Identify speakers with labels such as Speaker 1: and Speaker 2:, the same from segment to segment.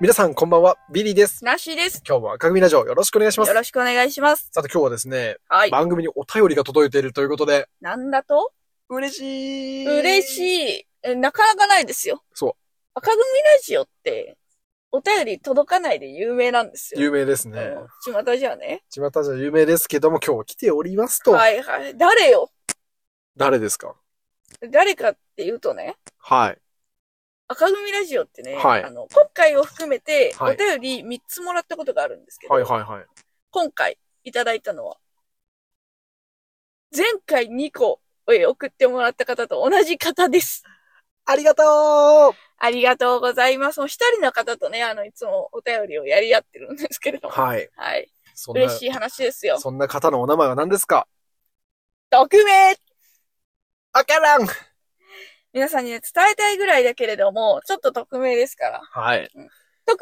Speaker 1: 皆さんこんばんは、ビリーです。
Speaker 2: ナッシーです。
Speaker 1: 今日も赤組ラジオよろしくお願いしま
Speaker 2: よ
Speaker 1: す。
Speaker 2: ろしくお願いします。
Speaker 1: さて今日はですね、
Speaker 2: はい。
Speaker 1: 番組にお便りが届いているということで、
Speaker 2: なんだと
Speaker 1: 嬉しい
Speaker 2: 嬉
Speaker 1: い
Speaker 2: しい。えなかなかないですよ。
Speaker 1: そう。
Speaker 2: 赤組ラジオって、お便り届かないで有名なんですよ。
Speaker 1: 有名ですね。
Speaker 2: 有名。巷じゃね。
Speaker 1: 巷じゃ有名ですけども、今日は来ておりますと、
Speaker 2: はいはい。誰よ
Speaker 1: 誰ですか
Speaker 2: 誰かっていうとね、
Speaker 1: はい。
Speaker 2: 赤組ラジオってね、
Speaker 1: はい
Speaker 2: あの、今回を含めて、
Speaker 1: は
Speaker 2: お
Speaker 1: い
Speaker 2: 便り3つもらったことがあるんですけど、
Speaker 1: はいはいはい。
Speaker 2: 今回いただいたのは、前回2個え送ってもらった方と同じ方です。
Speaker 1: ありがと
Speaker 2: ありがとうございます。もう一人の方とね、あの、いつもお便りをやり合ってるんですけれど
Speaker 1: う
Speaker 2: も。
Speaker 1: はい。
Speaker 2: はい。
Speaker 1: そんな
Speaker 2: 嬉、しい話ですよ。
Speaker 1: そんな方のお名前は何ですか
Speaker 2: 匿名
Speaker 1: あからん
Speaker 2: 皆さんにね、伝えたいぐらいだけれども、ちょっと匿名ですから。
Speaker 1: はい。
Speaker 2: だけ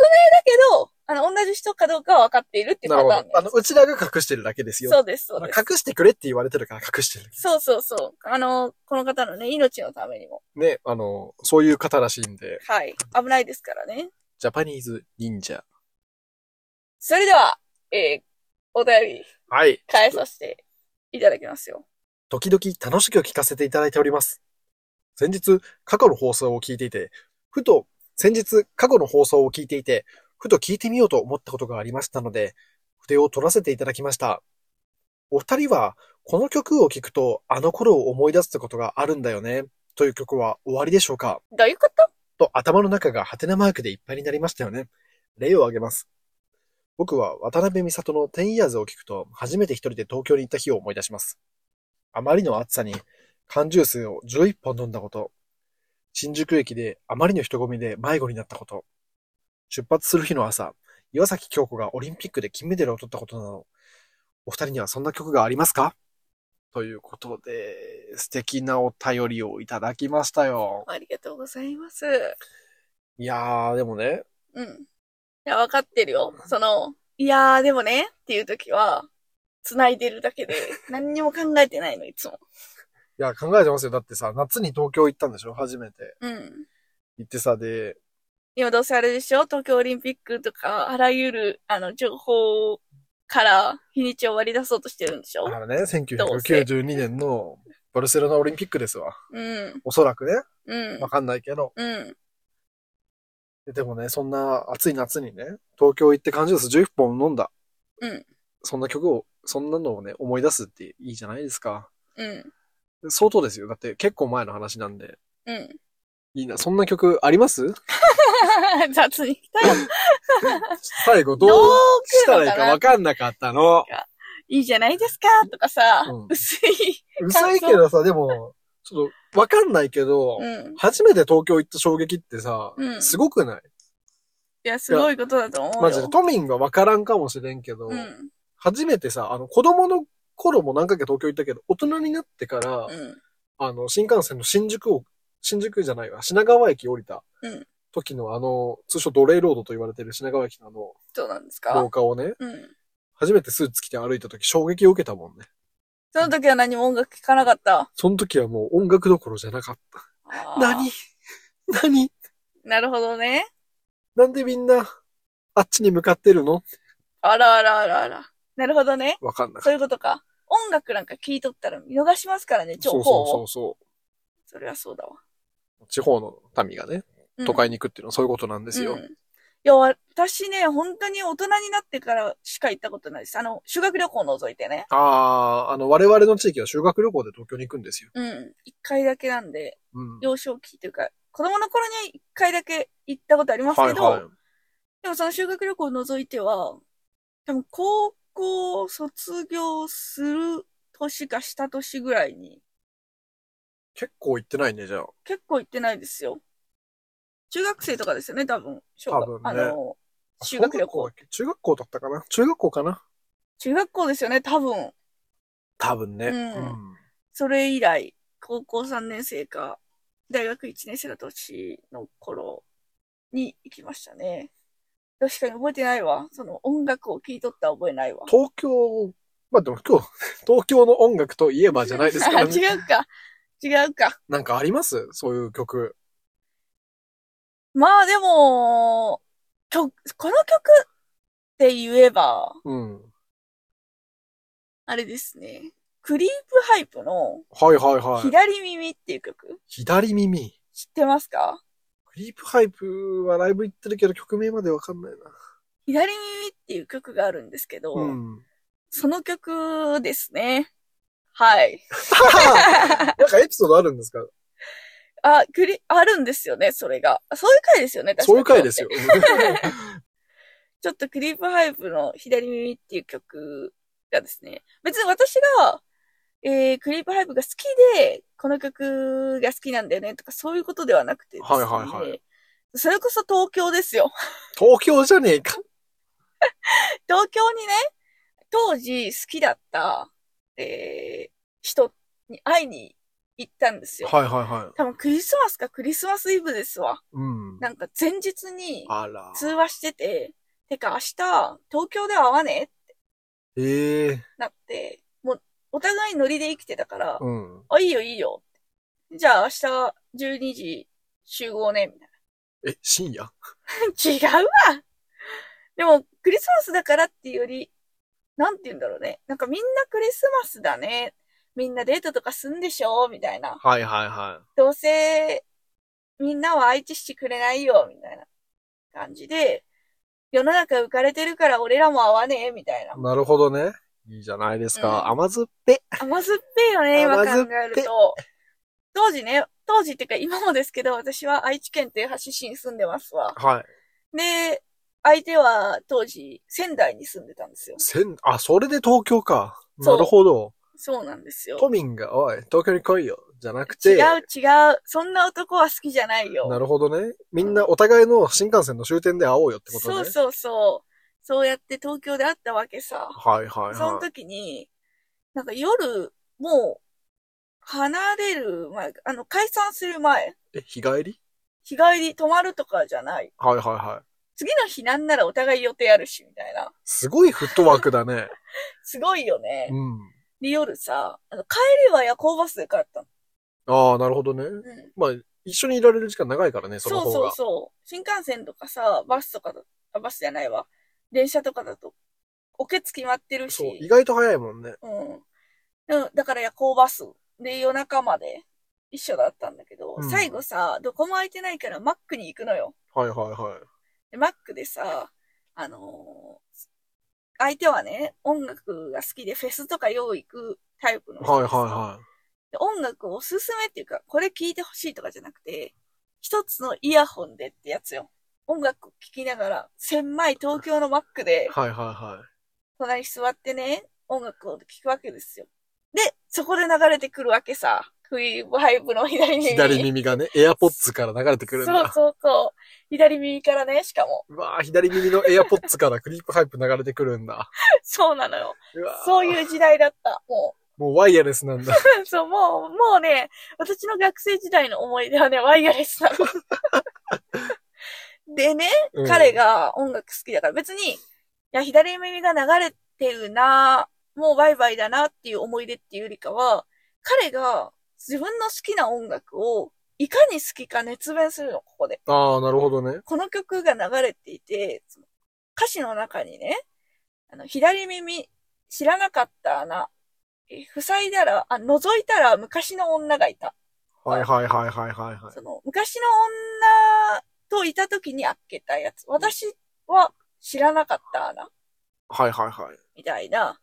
Speaker 2: ど、あの、同じ人かどうかは分かっているっていう
Speaker 1: な
Speaker 2: パ
Speaker 1: る
Speaker 2: タ
Speaker 1: ほ
Speaker 2: ーン
Speaker 1: ど
Speaker 2: で。
Speaker 1: あの、うちらが隠してるだけですよ。
Speaker 2: そうです、そうです。
Speaker 1: 隠してくれって言われてるから隠してる。
Speaker 2: そうそうそう。あの、この方のね、命のためにも。
Speaker 1: ね、あの、そういう方らしいんで、
Speaker 2: はい。危ないですからね。
Speaker 1: ジャパニーズ忍者。
Speaker 2: それでは、えー、お便り
Speaker 1: はい。
Speaker 2: 返させていただきますよ。
Speaker 1: 時々楽しく聞かせていただいております。先日、過去の放送を聞いていて、ふと、先日、過去の放送を聞いていて、ふと聞いてみようと思ったことがありましたので、筆を取らせていただきました。お二人は、この曲を聴くと、あの頃を思い出すことがあるんだよね、という曲は終わりでしょうか
Speaker 2: どういうこと
Speaker 1: と頭の中がハテナマークでいっぱいになりましたよね。例を挙げます。僕は渡辺美里の10 years を聞くと、初めて一人で東京に行った日を思い出します。あまりの暑さに、缶ジュースを11本飲んだこと。新宿駅であまりの人混みで迷子になったこと。出発する日の朝、岩崎京子がオリンピックで金メダルを取ったことなど、お二人にはそんな曲がありますかということで、素敵なお便りをいただきましたよ。
Speaker 2: ありがとうございます。
Speaker 1: いやー、でもね、
Speaker 2: うん。いや、わかってるよ。その、いやーでもね、っていう時は、繋いでるだけで、何にも考えてないの、いつも。
Speaker 1: いや、考えてますよ。だってさ、夏に東京行ったんでしょ初めて。
Speaker 2: うん。
Speaker 1: 行ってさ、で、
Speaker 2: 今どうせあれでしょ東京オリンピックとか、あらゆる、あの、情報から、日にちを割り出そうとしてるんでしょ
Speaker 1: あのね、1992年のバルセロナオリンピックですわ。
Speaker 2: うん。
Speaker 1: おそらくね、
Speaker 2: うん
Speaker 1: わ。かんないけど。
Speaker 2: うん。
Speaker 1: ででもね、そんな暑い夏にね、東京行って缶ジュース11本飲んだ。
Speaker 2: うん。
Speaker 1: そんな曲を、そんなのをね、思い出すっていいじゃないですか。
Speaker 2: うん。
Speaker 1: 相当ですよ。だって結構前の話なんで。
Speaker 2: うん。
Speaker 1: いいな、そんな曲あります
Speaker 2: 雑に来たよ。
Speaker 1: 最後どう
Speaker 2: どう
Speaker 1: した
Speaker 2: 来
Speaker 1: ら
Speaker 2: る
Speaker 1: い
Speaker 2: の
Speaker 1: い
Speaker 2: か
Speaker 1: か
Speaker 2: な
Speaker 1: わかんなかったの。
Speaker 2: いいじゃないですかとかさ、
Speaker 1: うん
Speaker 2: 薄い。
Speaker 1: 薄いけどさ、でも、ちょっとわかんないけど、
Speaker 2: うん。
Speaker 1: 初めて東京行った衝撃ってさ、
Speaker 2: うん
Speaker 1: すごくない
Speaker 2: いや、すごいことだと思うよ。
Speaker 1: マジで、都民がわからんかもしれんけど、
Speaker 2: うん。
Speaker 1: 初めてさ、あの、子供の頃も何回か東京行ったけど、大人になってから、
Speaker 2: うん。
Speaker 1: あの、新幹線の新宿を、新宿じゃないわ、品川駅降りた
Speaker 2: うん
Speaker 1: 時の、あの、通称奴隷ロードと言われてる品川駅のあの、
Speaker 2: どうなんですか
Speaker 1: 廊下をね、
Speaker 2: うん。
Speaker 1: 初めてスーツ着て歩いた時衝撃を受けたもんね。
Speaker 2: その時は何も音楽聴かなかった。
Speaker 1: その時はもう音楽どころじゃなかった。
Speaker 2: あー
Speaker 1: 何 何
Speaker 2: なるほどね。
Speaker 1: なんでみんな、あっちに向かってるの
Speaker 2: あらあらあらあら。なるほどね。
Speaker 1: わかんなか
Speaker 2: そ
Speaker 1: っ
Speaker 2: ういうことか。音楽なんか聴いとったら見逃しますからね、
Speaker 1: た。
Speaker 2: 情報
Speaker 1: そ
Speaker 2: を。
Speaker 1: うそうそうそう。
Speaker 2: それはそうだわ。
Speaker 1: 地方の民がね、
Speaker 2: うん
Speaker 1: 都会に行くっていうのはそういうことなんですよ。
Speaker 2: うんいや、私ね、本当に大人になってからしか行ったことないです。あの、修学旅行を除いてね。
Speaker 1: ああ、あの、我々の地域は修学旅行で東京に行くんですよ。
Speaker 2: うん。一回だけなんで、
Speaker 1: うん。
Speaker 2: 幼少期というか、子供の頃に一回だけ行ったことあります
Speaker 1: は
Speaker 2: け
Speaker 1: い
Speaker 2: ど、
Speaker 1: はい。
Speaker 2: でもその修学旅行を除いては、でも高校を卒業する年かした年ぐらいに
Speaker 1: 結構行ってないね、じゃあ。
Speaker 2: 結構行ってないですよ。中学生とかですよね、多分。小学
Speaker 1: 多分ね
Speaker 2: あの、修学旅
Speaker 1: 小
Speaker 2: 行
Speaker 1: だ。っけ中学校だったかな中学校かな
Speaker 2: 中学校ですよね、多分。
Speaker 1: 多分ね。
Speaker 2: うんそれ以来、高校3年生か、大学1年生の年の頃に行きましたね。確かに覚えてないわ。その音楽を聴いとった覚えないわ。
Speaker 1: 東京、まあでも今日、 東京の音楽といえばじゃないですからね。
Speaker 2: 違うか。違うか。
Speaker 1: なんかありますそういう曲。
Speaker 2: まあでも、曲、この曲って言えば、
Speaker 1: うん。
Speaker 2: あれですね。クリープハイプの
Speaker 1: はいはいはい。
Speaker 2: 左耳っていう曲、
Speaker 1: 左耳。
Speaker 2: 知ってますか
Speaker 1: クリープハイプはライブ行ってるけど曲名までわかんないな。
Speaker 2: 左耳っていう曲があるんですけど、
Speaker 1: うん。
Speaker 2: その曲ですね。はい。
Speaker 1: なんかエピソードあるんですか
Speaker 2: あ、クリ、あるんですよね、それが。そういう回ですよね、確か
Speaker 1: そういう回 ですよ。
Speaker 2: ちょっとクリープハイプの左耳っていう曲がですね、別に私が、えー、クリープハイプが好きで、この曲が好きなんだよねとかそういうことではなくてです
Speaker 1: は
Speaker 2: ね、
Speaker 1: いはいは
Speaker 2: それこそ東京ですよ。
Speaker 1: 東京じゃねえか。
Speaker 2: 東京にね、当時好きだった、えー、人に会いに行ったんですよ。
Speaker 1: はいはいはい。
Speaker 2: 多分クリスマスかクリスマスイブですわ。
Speaker 1: うん。
Speaker 2: なんか前日に
Speaker 1: あら。
Speaker 2: 通話してて、てか明日東京で会わねえ
Speaker 1: ええ
Speaker 2: なって、もう、お互いノリで生きてたから、
Speaker 1: うん。
Speaker 2: あ、いいよいいよ。じゃあ明日12時集合ね、みた
Speaker 1: え、深夜
Speaker 2: いな。違うわでも、クリスマスだからっていうより、なんて言うんだろうね。なんかみんなクリスマスだね。みんなデートとかすんでしょみたいな。
Speaker 1: はいはいは
Speaker 2: どうせ、みんなは相手してくれないよ、みたいな感じで、世の中浮かれてるから俺らも会わねえ、みたいな。
Speaker 1: い。なるほどね。いいじゃないですか。
Speaker 2: うん
Speaker 1: 甘酸っぺ。
Speaker 2: 甘酸っぱいよね、今考
Speaker 1: 甘酸っぱい
Speaker 2: えると。当時ね、当時っていうか今もですけど、私は愛知県豊橋市に住んでますわ。
Speaker 1: はい。
Speaker 2: で、相手は当時仙台に住んでたんですよ。
Speaker 1: せん、あ、それで東京か。
Speaker 2: そう
Speaker 1: なるほど。
Speaker 2: そうなんですよ。
Speaker 1: 都民が、おい、東京に来いよ。じゃなく
Speaker 2: 違う
Speaker 1: て。
Speaker 2: 違う。そんな男は好きじゃないよ。
Speaker 1: なるほどね。みんなお互いの新幹線の終点で会おうよってことね。
Speaker 2: そうそうそう。そうやって東京で会ったわけさ。
Speaker 1: はいはい
Speaker 2: その
Speaker 1: はい。
Speaker 2: 時に、なんか夜、もう、離れる前、あの、解散する前、
Speaker 1: え、日帰り
Speaker 2: 日帰り泊まるとかじゃない。
Speaker 1: はいはいはい。
Speaker 2: 次の日なんならお互い予定あるし、みたいな。
Speaker 1: すごいフットワーク だね。
Speaker 2: すごいよね
Speaker 1: う。ん。
Speaker 2: で、夜さ、あの帰りは夜行バスで帰ったの。
Speaker 1: ああ、なるほどね。
Speaker 2: うん。
Speaker 1: まあ、一緒にいられる時間長いからね、その
Speaker 2: そ
Speaker 1: 方
Speaker 2: うそう
Speaker 1: が。
Speaker 2: そう。新幹線とかさ、バスとかだ、あバスじゃないわ。電車とかだと、おけつ決まってる
Speaker 1: そう、意
Speaker 2: し。
Speaker 1: 外と早いもんね。
Speaker 2: うん。うん、だから夜行バス。で、夜中まで一緒だったんだけど、
Speaker 1: うん
Speaker 2: 最後さ、どこも空いてないからマックに行くのよ。
Speaker 1: はいはいはい。
Speaker 2: で、マックでさ、あのー相手はね、音楽が好きでフェスとかよう行くタイプの
Speaker 1: はい
Speaker 2: 人
Speaker 1: は
Speaker 2: で
Speaker 1: い
Speaker 2: さ
Speaker 1: は
Speaker 2: で音楽をおすすめっていうか、これ聴いてほしいとかじゃなくて、一つのイヤホンでってやつよ。音楽を聴きながら、狭い東京のマック
Speaker 1: い。
Speaker 2: で、
Speaker 1: はいはいは
Speaker 2: 隣に座ってね、音楽を聴くわけですよ。で、そこで流れてくるわけさ。クイーブハイブの左
Speaker 1: い。
Speaker 2: 耳。
Speaker 1: 左耳が ね、エアポッツから流れてくるんだ。
Speaker 2: そうそうそう。左耳からね、しかも。
Speaker 1: うわあ、左耳のエアポッツからクリープハイプ流れてくるんだ。
Speaker 2: そうなのよ。
Speaker 1: うわー
Speaker 2: そういう時代だった。もう。
Speaker 1: もうワイヤレス なんだ。
Speaker 2: そう、もう、もうね、私の学生時代の思い出はね、ワイヤレス なの。でね、
Speaker 1: うん
Speaker 2: 彼。が音楽好きだから、別に、いや、左耳が流れてるな、もうバイバイだなっていう思い出っていうよりかは、彼が自分の好きな音楽を、いかに好きか熱弁するの、ここで。
Speaker 1: ああ、なるほどね。
Speaker 2: この曲が流れていて、その歌詞の中にね、あの、左耳、知らなかった穴、え塞いだら、あ、覗いたら昔の女がいた。
Speaker 1: はいはいはいはいはいはい。
Speaker 2: その、昔の女といた時に開けたやつ。私は知らなかった穴、
Speaker 1: はいはいはい。
Speaker 2: みたいな。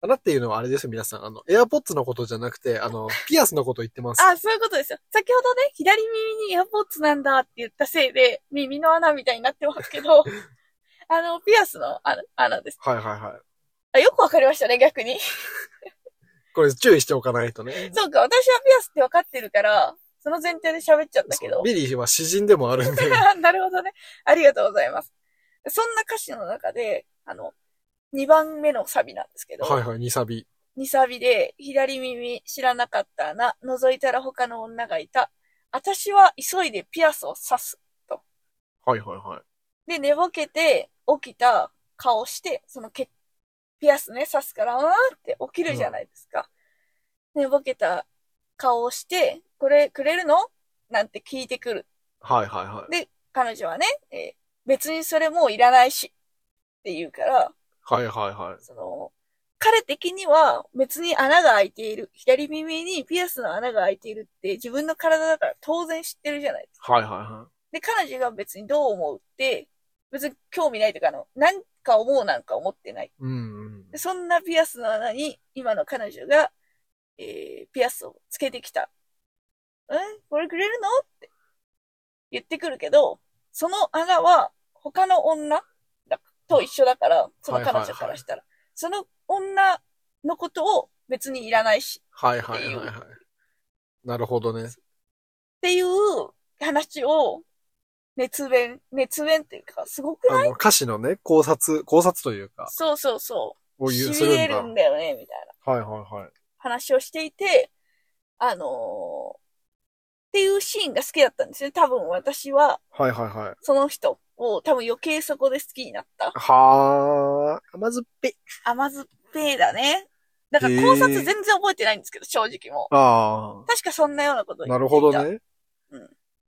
Speaker 1: 穴っていうのはあれですよ、皆さん。あの、エアポッツのことじゃなくて、あの、ピアスのこと言ってます。
Speaker 2: あ、そういうことですよ。先ほどね、左耳にエアポッツなんだって言ったせいで、耳の穴みたいになってますけ ど、あの、ピアスの穴穴です。
Speaker 1: はいはいはい。
Speaker 2: あ、よくわかりましたね、逆に。
Speaker 1: これ注意しておかないとね。
Speaker 2: そうか、私はピアスって分かってるから、その前提で喋っちゃったけ
Speaker 1: そう
Speaker 2: ど。
Speaker 1: ビリーは詩人でもあるん で。
Speaker 2: なるほどね。ありがとうございます。そんな歌詞の中で、あの、2番目のサビなんですけど、
Speaker 1: はいはい、2サビ。
Speaker 2: 2サビで、左耳知らなかった穴、覗いたら他の女がいた。私は急いでピアスを刺す。
Speaker 1: はいはいはい。
Speaker 2: で、寝ぼけて起きた顔して、そのけ、ピアスね、刺すから、うーんって起きるじゃないですか。寝ぼけた顔をして、これくれるのなんて聞いてくる。
Speaker 1: はいはいはい。
Speaker 2: で、彼女はね、えー別にそれもういらないし、って言うから、
Speaker 1: はいはいはい。
Speaker 2: その、彼的には別に穴が開いている。左耳にピアスの穴が開いているって自分の体だから当然知ってるじゃないですか。
Speaker 1: はいはいは
Speaker 2: で、彼女が別にどう思うって、別に興味ないというか、あの、なんか思うなんか思ってない。
Speaker 1: い。うんうん。
Speaker 2: でそんなピアスの穴に今の彼女が、えー、ピアスをつけてきた。えこれくれるのって言ってくるけど、その穴は他の女だと一緒だから、その彼女からしたら。その女のことを別にいらないし、
Speaker 1: はいはいはいはい。なるほどね。
Speaker 2: っていう話を熱弁、熱弁っていうか、すごく
Speaker 1: あ
Speaker 2: ない
Speaker 1: の、歌詞のね、考察、考察というか、
Speaker 2: そうそうそ
Speaker 1: を
Speaker 2: う。
Speaker 1: 言う、
Speaker 2: し
Speaker 1: す
Speaker 2: び
Speaker 1: るん
Speaker 2: れ
Speaker 1: だ。
Speaker 2: るんだよね、みたいな。
Speaker 1: はいはいはい。
Speaker 2: 話をしていて、あのーっていうシーンが好きだったんですね。多分私は、
Speaker 1: はいはいはい。
Speaker 2: その人を多分余計そこで好きになった。
Speaker 1: はー、甘酸っぱい。
Speaker 2: 甘酸っぱいだね。だから考察全然覚えてないんですけど、正直もう。
Speaker 1: あ
Speaker 2: 確かそんなようなこと
Speaker 1: ー、
Speaker 2: 言
Speaker 1: な
Speaker 2: って
Speaker 1: る
Speaker 2: いた
Speaker 1: ほど。ね。
Speaker 2: うん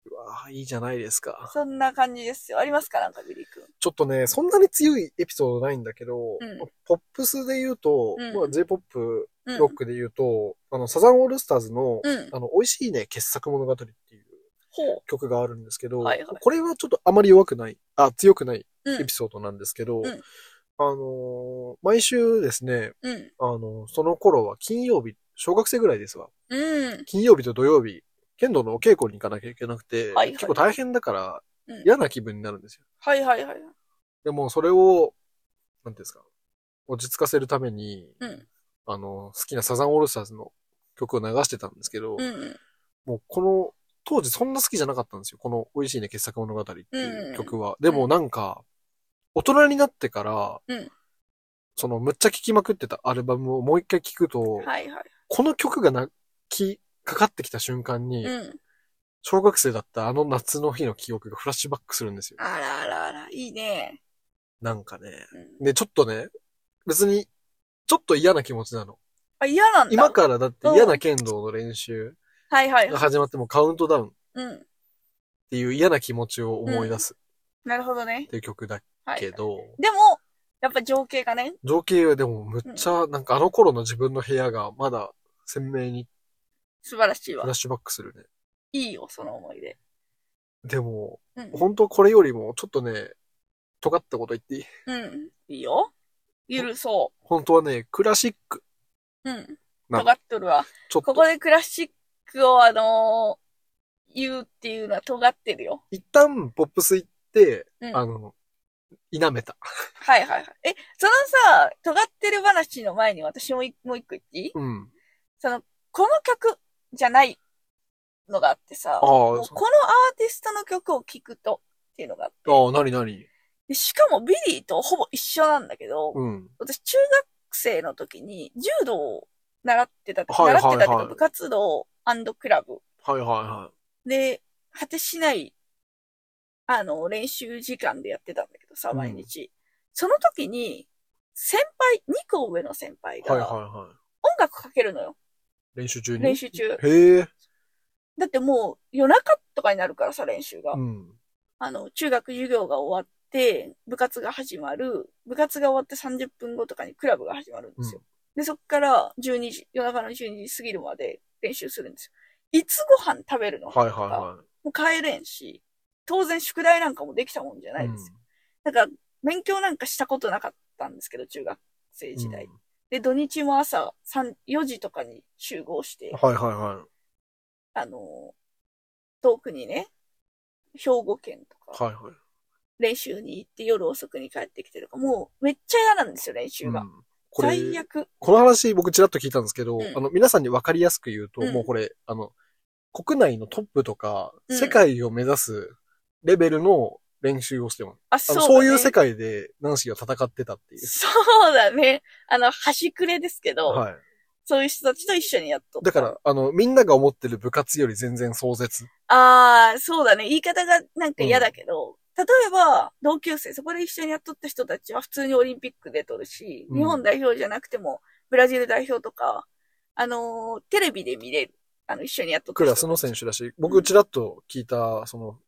Speaker 1: うわーいいじゃないですか。
Speaker 2: そんな感じですよ。ありますかなんか、ビリー君。
Speaker 1: ちょっとね、そんなに強いエピソードないんだけど、
Speaker 2: うん
Speaker 1: ポップスで言うと、
Speaker 2: うん
Speaker 1: まあ、J-POP
Speaker 2: うん。
Speaker 1: ロックで言うと、あの、サザンオールスターズの、
Speaker 2: うん。
Speaker 1: あの、美味しいね、傑作物語っていう
Speaker 2: ほ
Speaker 1: 曲があるんですけど、
Speaker 2: はいはい
Speaker 1: これはちょっとあまり弱くない、あ、強くないエピソードなんですけど、
Speaker 2: んうん
Speaker 1: あのー毎週ですね、
Speaker 2: う。うん。
Speaker 1: あのーその頃は金曜日、小学生ぐらいですわ。
Speaker 2: うん。
Speaker 1: 金曜日と土曜日、剣道のお稽古に行かなきゃいけなくて、
Speaker 2: はいはい
Speaker 1: 結構大変だから
Speaker 2: うん
Speaker 1: 嫌な気分になるんですよ。
Speaker 2: はいはいはい。
Speaker 1: でもそれを、なんていうんですか、落ち着かせるために、
Speaker 2: うん。
Speaker 1: あのー好きなサザンオールスターズの曲を流してたんですけど、
Speaker 2: うんうん。
Speaker 1: もうこの、当時そんな好きじゃなかったんですよ。この美味しいね、傑作物語っていう曲は。でもなんか、大人になってから、
Speaker 2: うん
Speaker 1: そのむっちゃ聴きまくってたアルバムをもう一回聴くと、
Speaker 2: はいはい。
Speaker 1: この曲がな、き、かかってきた瞬間に、
Speaker 2: うん。
Speaker 1: 小学生だったあの夏の日の記憶がフラッシュバックするんですよ。
Speaker 2: あらあらあら。いいね。
Speaker 1: なんかね。
Speaker 2: うん、
Speaker 1: で、ちょっとね、別に、ちょっと嫌な気持ちなの。
Speaker 2: あ、嫌なんだ。
Speaker 1: 今からだって嫌な剣道の練習
Speaker 2: はいはい
Speaker 1: が
Speaker 2: はい。
Speaker 1: 始まってもカウントダウンっ
Speaker 2: うん。
Speaker 1: ていう嫌な気持ちを思い出す
Speaker 2: なるほどね
Speaker 1: っ。ていう曲だ
Speaker 2: はい。
Speaker 1: けど、
Speaker 2: でも、やっぱ情景がね、
Speaker 1: 情景はでもむっちゃ、なんかあの頃の自分の部屋がまだ鮮明に
Speaker 2: 素晴らしい
Speaker 1: フ
Speaker 2: わ
Speaker 1: ラッ。シュバックするね。
Speaker 2: いいよ、その思い出。
Speaker 1: でも、
Speaker 2: うん。
Speaker 1: 本当これよりもちょっとね、尖ったこと言っていい
Speaker 2: うん。いいよ。ゆるそ
Speaker 1: 本当はね、クラシック
Speaker 2: う。うん。
Speaker 1: な
Speaker 2: 尖
Speaker 1: の
Speaker 2: っ。とるわ。
Speaker 1: ちょっ、
Speaker 2: ことこでクラシックをあのー言うっていうのは尖ってるよ。
Speaker 1: 一旦ポップス行って、
Speaker 2: うん。
Speaker 1: あ
Speaker 2: はい
Speaker 1: の、否めた。
Speaker 2: はいはい。え、そのさ、尖ってる話の前に私もいもう一個言っていい
Speaker 1: うん。
Speaker 2: その、この曲じゃないのがあってさ、
Speaker 1: ああ、
Speaker 2: もう
Speaker 1: そ
Speaker 2: このア
Speaker 1: う
Speaker 2: ーティストの曲を聴くとっていうのがあって、
Speaker 1: ああ、なになに
Speaker 2: でしかもビリーとほぼ一緒なんだけど、
Speaker 1: うん。
Speaker 2: 私中学生の時に柔道を習ってた、
Speaker 1: はいはいはい
Speaker 2: 習ってたっていうか部活動クラブ
Speaker 1: はいはいは
Speaker 2: で、果てしない、あの、練習時間でやってたんだけどさ、
Speaker 1: うん
Speaker 2: 毎日。その時に、先輩、2個上の先輩
Speaker 1: い。はいはい
Speaker 2: が、音
Speaker 1: は
Speaker 2: 楽かけるのよ。
Speaker 1: い。練習中に
Speaker 2: 練習中。
Speaker 1: へえ。
Speaker 2: だってもう夜中とかになるからさ、練習が。
Speaker 1: うん。
Speaker 2: あの、中学授業が終わって、部活が始まる、部活が終わって30分後とかにクラブが始まるんですよ。で、そっから12時、夜中の12時過ぎるまで練習するんですよ。いつご飯食べるの
Speaker 1: はいはいは。
Speaker 2: もう帰れんし、当然宿題なんかもできたもんじゃないいですよ。なんか、勉強なんかしたことなかったんですけど、中学生時代。
Speaker 1: うん
Speaker 2: で、土日も朝3、4時とかに集合して、
Speaker 1: はいはいは
Speaker 2: あの、遠くにね、兵庫県とか、
Speaker 1: い。はいはい。
Speaker 2: 練習に行って夜遅くに帰ってきてるか、もうめっちゃ嫌なんですよ、練習
Speaker 1: う
Speaker 2: が。
Speaker 1: んこれ
Speaker 2: 最悪。
Speaker 1: この話僕ちらっと聞いたんですけど、
Speaker 2: うん
Speaker 1: あの、皆さんに分かりやすく言うと、
Speaker 2: うん
Speaker 1: もうこれ、あの、国内のトップとか、
Speaker 2: うん
Speaker 1: 世界を目指すレベルの練習をしてます。
Speaker 2: あ、
Speaker 1: あ
Speaker 2: そう
Speaker 1: の
Speaker 2: だ、
Speaker 1: そ
Speaker 2: ね。
Speaker 1: ういう世界でナンシーは戦ってたっていう。
Speaker 2: そうだね。あの、端くれですけど、
Speaker 1: はい。
Speaker 2: そういう人たちと一緒にやっとった
Speaker 1: だから、あの、みんなが思ってる部活より全然壮絶。
Speaker 2: ああ、そうだね。言い方がなんか嫌だけど、例えば、同級生、そこで一緒にやっとった人たちは普通にオリンピック出とるし、
Speaker 1: うん
Speaker 2: 日本代表じゃなくても、ブラジル代表とか、あのーテレビで見れる。あの、一緒にやっとった
Speaker 1: ク
Speaker 2: 人
Speaker 1: ラ
Speaker 2: たち
Speaker 1: スの選手だし、
Speaker 2: う
Speaker 1: 僕
Speaker 2: ん
Speaker 1: ちらっと聞いた、その、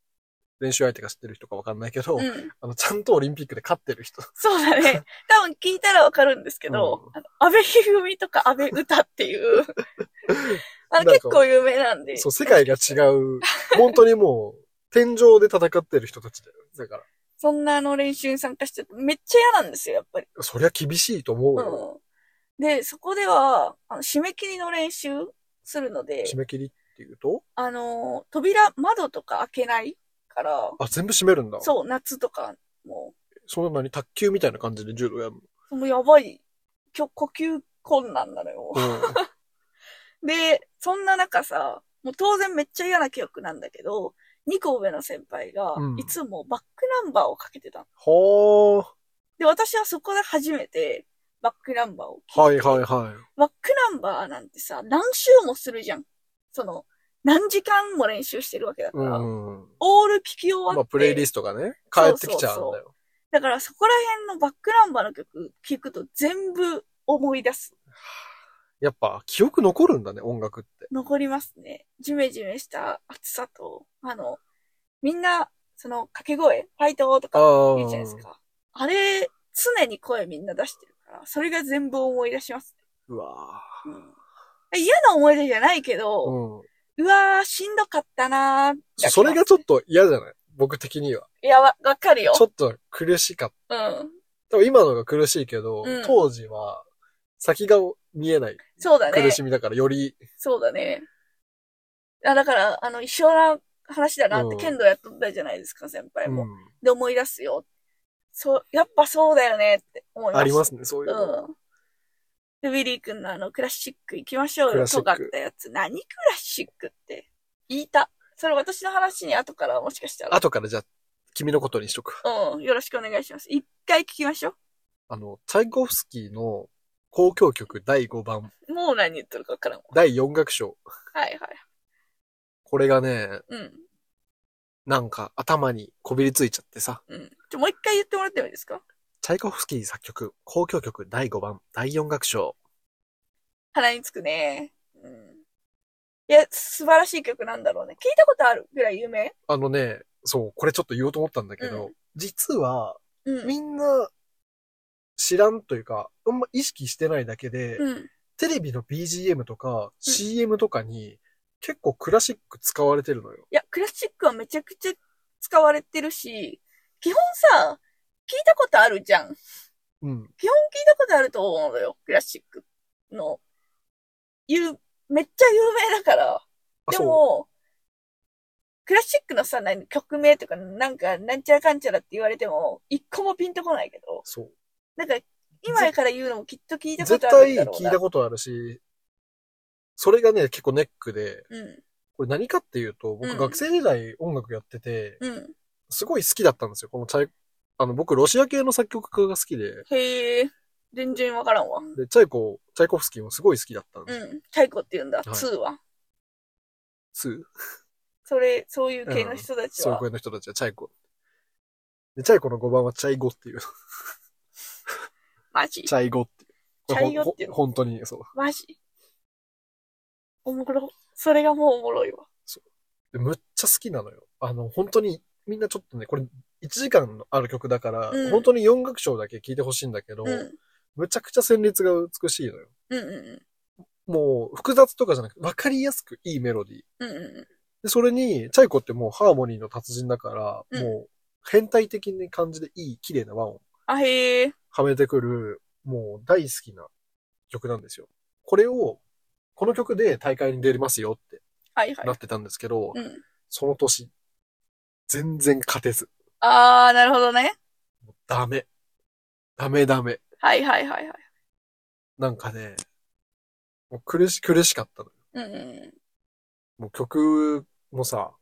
Speaker 1: 練習相手が知ってる人かわかんないけど、
Speaker 2: うん。
Speaker 1: あの、ちゃんとオリンピックで勝ってる人。
Speaker 2: そうだね。多分聞いたらわかるんですけど、 あの安倍一二三とか安倍歌っていう、あ
Speaker 1: なんか
Speaker 2: の結構有名なんで。
Speaker 1: そう、世界が違う。本当にもう、天井で戦ってる人たちだよ。だから、
Speaker 2: そんなあの練習に参加してるとめっちゃ嫌なんですよ、やっぱり。
Speaker 1: そりゃ厳しいと思うよ。
Speaker 2: うん。で、そこでは、あの締め切りの練習するので、
Speaker 1: 締め切りっていうと、
Speaker 2: あの、扉、窓とか開けないから、
Speaker 1: あ、全部閉めるんだ。
Speaker 2: そう、夏とかも、
Speaker 1: そんなに卓球みたいな感じで柔道やるの。
Speaker 2: そのやばい、きょ呼吸困難なのよ。
Speaker 1: う
Speaker 2: で、そんな中さ、もう当然めっちゃ嫌な記憶なんだけど、二個上の先輩が
Speaker 1: う、ん
Speaker 2: いつもバックナンバーをかけてたの。
Speaker 1: ん。は
Speaker 2: で、私はそこで初めて、バックナンバーを
Speaker 1: あ。はいはいはい。
Speaker 2: バックナンバーなんてさ、何周もするじゃん。その、何時間も練習してるわけだか
Speaker 1: う
Speaker 2: ら、
Speaker 1: ん。
Speaker 2: オール聞き終わって、
Speaker 1: まあ、プレイリストがね、変えてきちゃうんだよ。
Speaker 2: だからそこら辺のバックナンバーの曲聞くと全部思い出す。
Speaker 1: やっぱ、記憶残るんだね、音楽って。
Speaker 2: 残りますね。ジメジメした暑さと、あの、みんな、その掛け声、ファイトと
Speaker 1: あ
Speaker 2: か
Speaker 1: あ
Speaker 2: 言うじゃないで
Speaker 1: ー。
Speaker 2: すか。あれ、常に声みんな出してるから、それが全部思い出します。
Speaker 1: うわ
Speaker 2: うん嫌な思い出じゃないけ
Speaker 1: ー
Speaker 2: ど、
Speaker 1: うん。
Speaker 2: うわー、しんどかったなーだけど
Speaker 1: それがちょっと嫌じゃない僕的には。
Speaker 2: いや、わ、わかるよ
Speaker 1: ち。ょっと苦しかった。
Speaker 2: うん。
Speaker 1: 多分今のが苦しいけど、
Speaker 2: うん
Speaker 1: 当時は先が見えない
Speaker 2: そうだね
Speaker 1: 苦。しみだから、より、
Speaker 2: そうだね。あ、だから、あの、一緒な話だなって、
Speaker 1: うん
Speaker 2: 剣道やっとったじゃないですか、先輩も。
Speaker 1: うん
Speaker 2: で、思い出すよ。そう、やっぱそうだよねって思いま
Speaker 1: あ
Speaker 2: す。
Speaker 1: りますね、そういうの。
Speaker 2: うん。で、ウィリー君のあの、クラシック行きましょう
Speaker 1: ク
Speaker 2: よ、
Speaker 1: ラシッ
Speaker 2: 尖
Speaker 1: ク
Speaker 2: ったやつ。何クラシックって。言いた。それ私の話に後からもしかしたら。
Speaker 1: 後からじゃあ、君のことにしとく。
Speaker 2: うん、よろしくお願いします。一回聞きましょ
Speaker 1: あの、チャイコフスキーの交響曲第5番、
Speaker 2: う。もう何言ってるかわからんわ。
Speaker 1: 第4楽章。
Speaker 2: はいはい。
Speaker 1: これがね、
Speaker 2: うん。
Speaker 1: なんか頭にこびりついちゃってさ、
Speaker 2: うん。ちょ、もう一回言ってもらってもいいですか
Speaker 1: チャイコフスキー作曲、交響曲第5番、第4楽章。
Speaker 2: 鼻につくね。うん。いや、素晴らしい曲なんだろうね。聞いたことあるぐらい有名
Speaker 1: あのね、そう、これちょっと言おうと思ったんだけど、
Speaker 2: う
Speaker 1: 実は、
Speaker 2: うん。
Speaker 1: みんな、知らんというか、あんま意識してないだけで、
Speaker 2: うん。
Speaker 1: テレビの BGM とか CM とかに結構クラシック使われてるのよ。
Speaker 2: いや、クラシックはめちゃくちゃ使われてるし、基本さ、聞いたことあるじゃ
Speaker 1: う
Speaker 2: ん。
Speaker 1: ん。
Speaker 2: 基本聞いたことあると思うのよ、クラシックの。ゆう、めっちゃ有名だから。
Speaker 1: あ、
Speaker 2: で
Speaker 1: そう。
Speaker 2: も、クラシックのさ、何曲名とか、なんか、なんちゃらかんちゃらって言われても、一個もピンとこないけど、
Speaker 1: そう。
Speaker 2: なんか、今から言うのもきっと聞いたこ
Speaker 1: 絶
Speaker 2: とある
Speaker 1: 対
Speaker 2: んだろう
Speaker 1: 聞い
Speaker 2: な。
Speaker 1: たことあるし、それがね、結構ネックで、
Speaker 2: うん。
Speaker 1: これ何かっていうと、僕
Speaker 2: うん
Speaker 1: 学生時代音楽やってて、
Speaker 2: うん。
Speaker 1: すごい好きだったんですよ。このチャイ、あの、僕ロシア系の作曲家が好きで、
Speaker 2: へえ、全然わからんわ。
Speaker 1: で、チャイコ、チャイコフスキーもすごい好きだったんで
Speaker 2: う
Speaker 1: すよ。
Speaker 2: ん。太鼓って言うんだ、
Speaker 1: い
Speaker 2: 2は。
Speaker 1: ツー
Speaker 2: それ、そういう系の人たち
Speaker 1: そういう
Speaker 2: は。
Speaker 1: 声の人たちはチャイコ。で、チャイコの5番はチャイゴ っていう。
Speaker 2: マジ
Speaker 1: チャイゴっていう。
Speaker 2: チャイゴっていう
Speaker 1: ほほ本当に、そう。
Speaker 2: マジおもろ。それがもうおもろいわ。
Speaker 1: でむっちゃ好きなのよ。あの、本当に、みんなちょっとね、これ、1時間のある曲だから、
Speaker 2: うん
Speaker 1: 本当に4楽章だけ聴いてほしいんだけど、
Speaker 2: うん。
Speaker 1: むちゃくちゃ旋律が美しいのよ。
Speaker 2: うんうん
Speaker 1: もう、複雑とかじゃなくて、わかりやすくいいメロディー。
Speaker 2: うん。うんうん
Speaker 1: で、それに、チャイコってもうハーモニーの達人だから、
Speaker 2: うん
Speaker 1: もう、変態的な感じでいい、綺麗な和音
Speaker 2: あ、へえ。
Speaker 1: はめてくる、もう大好きな曲なんですよ。これを、この曲で大会に出れますよって
Speaker 2: はいはい
Speaker 1: な。ってたんですけど、
Speaker 2: うん。
Speaker 1: その年、全然勝てず。
Speaker 2: あー、なるほどね。
Speaker 1: ダメ。ダメダメ。
Speaker 2: はいはいはいはい。
Speaker 1: なんかね、もう苦し、苦しかったの。
Speaker 2: うんうん
Speaker 1: もう曲もさ、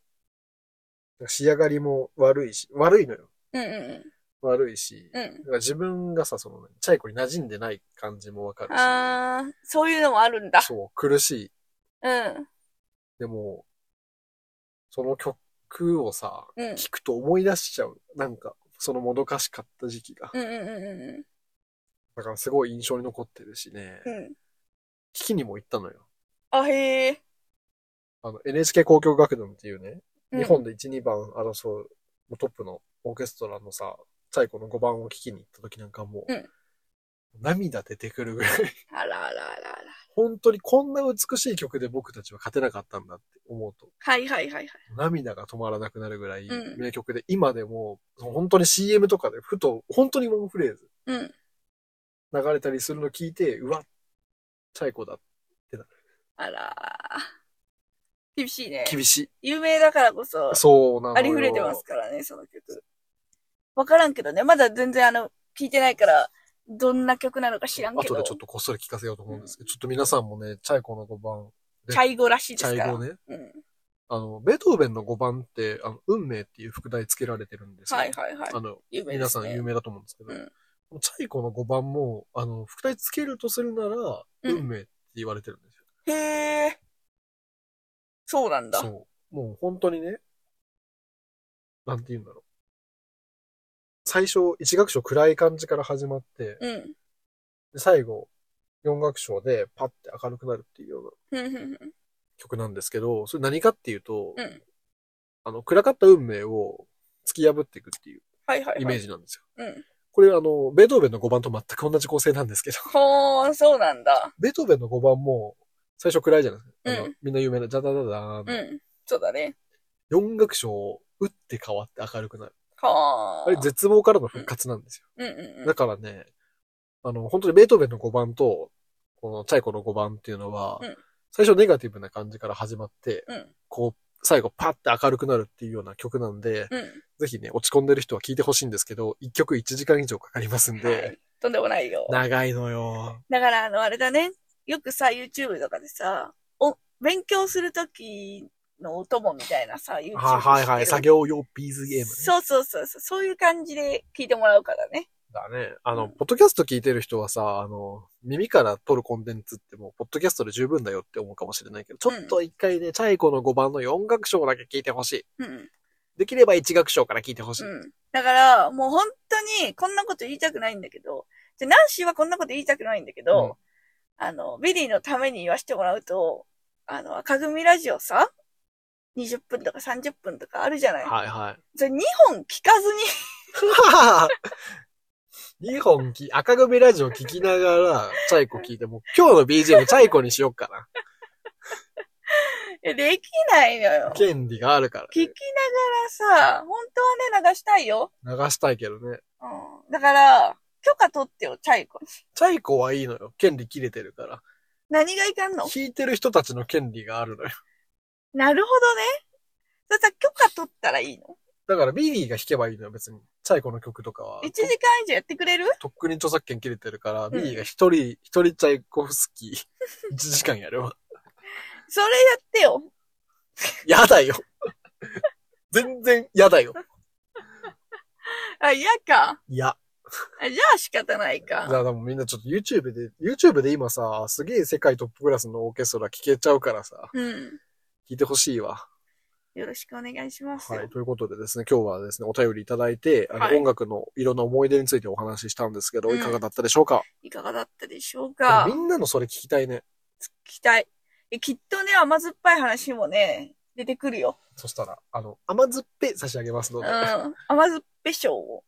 Speaker 1: 仕上がりも悪いし、悪いのよ。
Speaker 2: うん。うんうん
Speaker 1: 悪いし。
Speaker 2: うん。
Speaker 1: だから自分がさ、その、チャイコに馴染んでない感じもわか
Speaker 2: うん。
Speaker 1: る
Speaker 2: あー、そういうのもあるんだ
Speaker 1: し。。そう、苦しい。
Speaker 2: うん。
Speaker 1: でも、その曲をさ、
Speaker 2: うん。
Speaker 1: 聞くと思い出しちゃう。なんか、そのもどかしかった時期が。
Speaker 2: うんうんうんう
Speaker 1: だからすごい印象に残ってるしね。
Speaker 2: ん。うん。
Speaker 1: 聞きにも行ったのよ。
Speaker 2: あ、へえ。
Speaker 1: あの、NHK 交響楽団っていうね、
Speaker 2: うん
Speaker 1: 日本で1、2番争うもうトップのオーケストラのさ、チャイコの5番を聴きに行った時なんかもう、
Speaker 2: うん
Speaker 1: 涙出てくるぐらい、
Speaker 2: あらあらあらあら。
Speaker 1: 本当にこんな美しい曲で僕たちは勝てなかったんだって思うと、
Speaker 2: はいはいはいはい。
Speaker 1: 涙が止まらなくなるぐらい
Speaker 2: うん
Speaker 1: 名曲で、今でも、本当に CM とかでふと、本当にワンフレーズ
Speaker 2: うん。
Speaker 1: 流れたりするの聞いて、うわ、チャイコだ、
Speaker 2: あらー。厳しいね。
Speaker 1: 厳しい。
Speaker 2: 有名だからこそ、
Speaker 1: そうなのよ。
Speaker 2: ありふれてます。からね、その曲。わからんけどね、まだ全然あの、聞いてないから、どんな曲なのか知らんけ
Speaker 1: 後
Speaker 2: ど、
Speaker 1: でちょっとこっそり聞かせようと思うんですけど、ちょっと皆さんもね、チャイコの5番、
Speaker 2: チャイ語らしいで
Speaker 1: チャ
Speaker 2: すから。
Speaker 1: イコね、
Speaker 2: うん。
Speaker 1: あの、ベートーベンの5番って、あの、運命っていう副題付けられてるんですよ
Speaker 2: はいはいはい。
Speaker 1: あの、
Speaker 2: 有名で
Speaker 1: 皆
Speaker 2: す
Speaker 1: さん
Speaker 2: ね。
Speaker 1: 有名だと思うんですけど、
Speaker 2: うん
Speaker 1: チャイコの5番も、あの、副題付けるとするなら、
Speaker 2: うん
Speaker 1: 運命って言われてるんですよ。
Speaker 2: へえ。そうなんだ。
Speaker 1: そう。もう本当にね、なんて言うんだろう。最初、一楽章暗い感じから始まって、
Speaker 2: うん。
Speaker 1: で最後、四楽章でパッて明るくなるっていうような
Speaker 2: ふんふんふん
Speaker 1: 曲なんですけど、それ何かっていうと、
Speaker 2: うん
Speaker 1: あの、暗かった運命を突き破っていくっていう
Speaker 2: はいはいはい。
Speaker 1: イメージなんですよ。
Speaker 2: うん。
Speaker 1: これあの、ベートーベンの5番と全く同じ構成なんですけど、
Speaker 2: ほー、そうなんだ。
Speaker 1: ベートーベンの5番も最初暗いじゃないですか。あの
Speaker 2: うん
Speaker 1: みんな有名な、ジャダダダ
Speaker 2: う
Speaker 1: ーン。
Speaker 2: ん。そうだね。
Speaker 1: 4楽章、打って変わって明るくなる。
Speaker 2: はー。
Speaker 1: あれ、絶望からの復活なんですよ。
Speaker 2: うんうんう
Speaker 1: だ
Speaker 2: ん。
Speaker 1: からね、あの、本当にベートーベンの5番と、このチャイコの5番っていうのは、
Speaker 2: うん
Speaker 1: 最初ネガティブな感じから始まって、
Speaker 2: うん
Speaker 1: こう、最後パッて明るくなるっていうような曲なんで、
Speaker 2: うん。
Speaker 1: ぜひね、落ち込んでる人は聴いてほしいんですけど、1曲1時間以上かかりますんで、
Speaker 2: はい。とんでもないよ。
Speaker 1: 長いのよ。
Speaker 2: だから、あの、あれだね。よくさ、YouTube とかでさ、お、勉強するときのお供みたいなさ、YouTube
Speaker 1: あはいはい、
Speaker 2: して
Speaker 1: 作
Speaker 2: る
Speaker 1: 業用 BGM ね。
Speaker 2: そうそうそうそう。そういう感じで聞いてもらうからね。
Speaker 1: だね。あの、
Speaker 2: うん
Speaker 1: ポッドキャスト聞いてる人はさ、あの、耳から取るコンテンツってもう、ポッドキャストで十分だよって思うかもしれないけど、ちょっと一回ね、チャイコの5番の4楽章だけ聞いてほしい。
Speaker 2: うん。
Speaker 1: できれば1楽章から聞いてほしい。
Speaker 2: うん。だから、もう本当に、こんなこと言いたくないんだけど、じゃ、ナンシーはこんなこと言いたくないんだけど、あの、ビリーのために言わせてもらうと、あの、赤組ラジオさ、20分とか30分とかあるじゃない。
Speaker 1: はいはい。
Speaker 2: それ2本聞かずに、
Speaker 1: 2本き、赤組ラジオ聞きながら、チャイコ聞いて、もう今日の BGM チャイコにしよっかな。
Speaker 2: えできないのよ。聞
Speaker 1: 権利があるから、
Speaker 2: き
Speaker 1: ね。
Speaker 2: ながらさ、本当はね、流したいよ。
Speaker 1: 流したいけどね。
Speaker 2: うん。だから、許可取ってよ、チャイコに。
Speaker 1: チャイコはいいのよ。権利切れてるから。
Speaker 2: 何がいかんの
Speaker 1: 聞いてる人たちの権利があるのよ。
Speaker 2: なるほどね。それさ、許可取ったらいいの
Speaker 1: だからビリーが弾けばいいのよ、別に。チャイコの曲とかは。
Speaker 2: ?1 時間以上やってくれる
Speaker 1: とっくに著作権切れてるから、
Speaker 2: ん
Speaker 1: ビリーが一人、一人チャイコフスキー、1時間やるわ。
Speaker 2: それやってよ。
Speaker 1: やだよ。全然やだよ。
Speaker 2: あ、嫌か。
Speaker 1: いや。
Speaker 2: あじゃあ仕方ない
Speaker 1: じゃ
Speaker 2: か。
Speaker 1: あでもみんなちょっと YouTube で、YouTube で今さ、すげえ世界トップクラスのオーケストラ聴けちゃうからさ、
Speaker 2: うん。
Speaker 1: 聴いてほしいわ。
Speaker 2: よろしくお願いしますよ。
Speaker 1: はい。ということでですね、今日はですね、お便りいただいて、あの、
Speaker 2: はい
Speaker 1: 音楽のいろんな思い出についてお話ししたんですけど、
Speaker 2: うん
Speaker 1: いかがだったでしょうか、
Speaker 2: い、かがだったでしょうか
Speaker 1: み。んなのそれ聞きたいね。
Speaker 2: 期待。えきっとね、甘酸っぱい話もね、出てくるよ。
Speaker 1: そしたら、あの、甘酸っぱい差し上げますの
Speaker 2: うん。
Speaker 1: で、
Speaker 2: 甘酸っぱ賞を。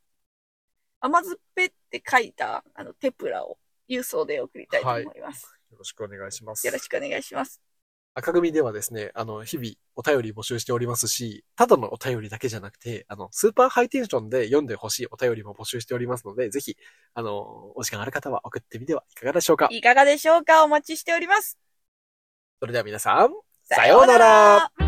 Speaker 2: 甘酸っぱって書いた、あの、テプラを郵送で送りたいと思います。
Speaker 1: よろしくお願いします
Speaker 2: よろ。しくお願いします。
Speaker 1: 赤組ではですね、あの、日々お便り募集しておりますし、ただのお便りだけじゃなくて、あの、スーパーハイテンションで読んでほしいお便りも募集しておりますので、ぜひ、あの、お時間ある方は送ってみてはいかがでしょうか。
Speaker 2: いかがでしょうかお待ちしております。
Speaker 1: それでは皆さん、さようなら
Speaker 2: さようなら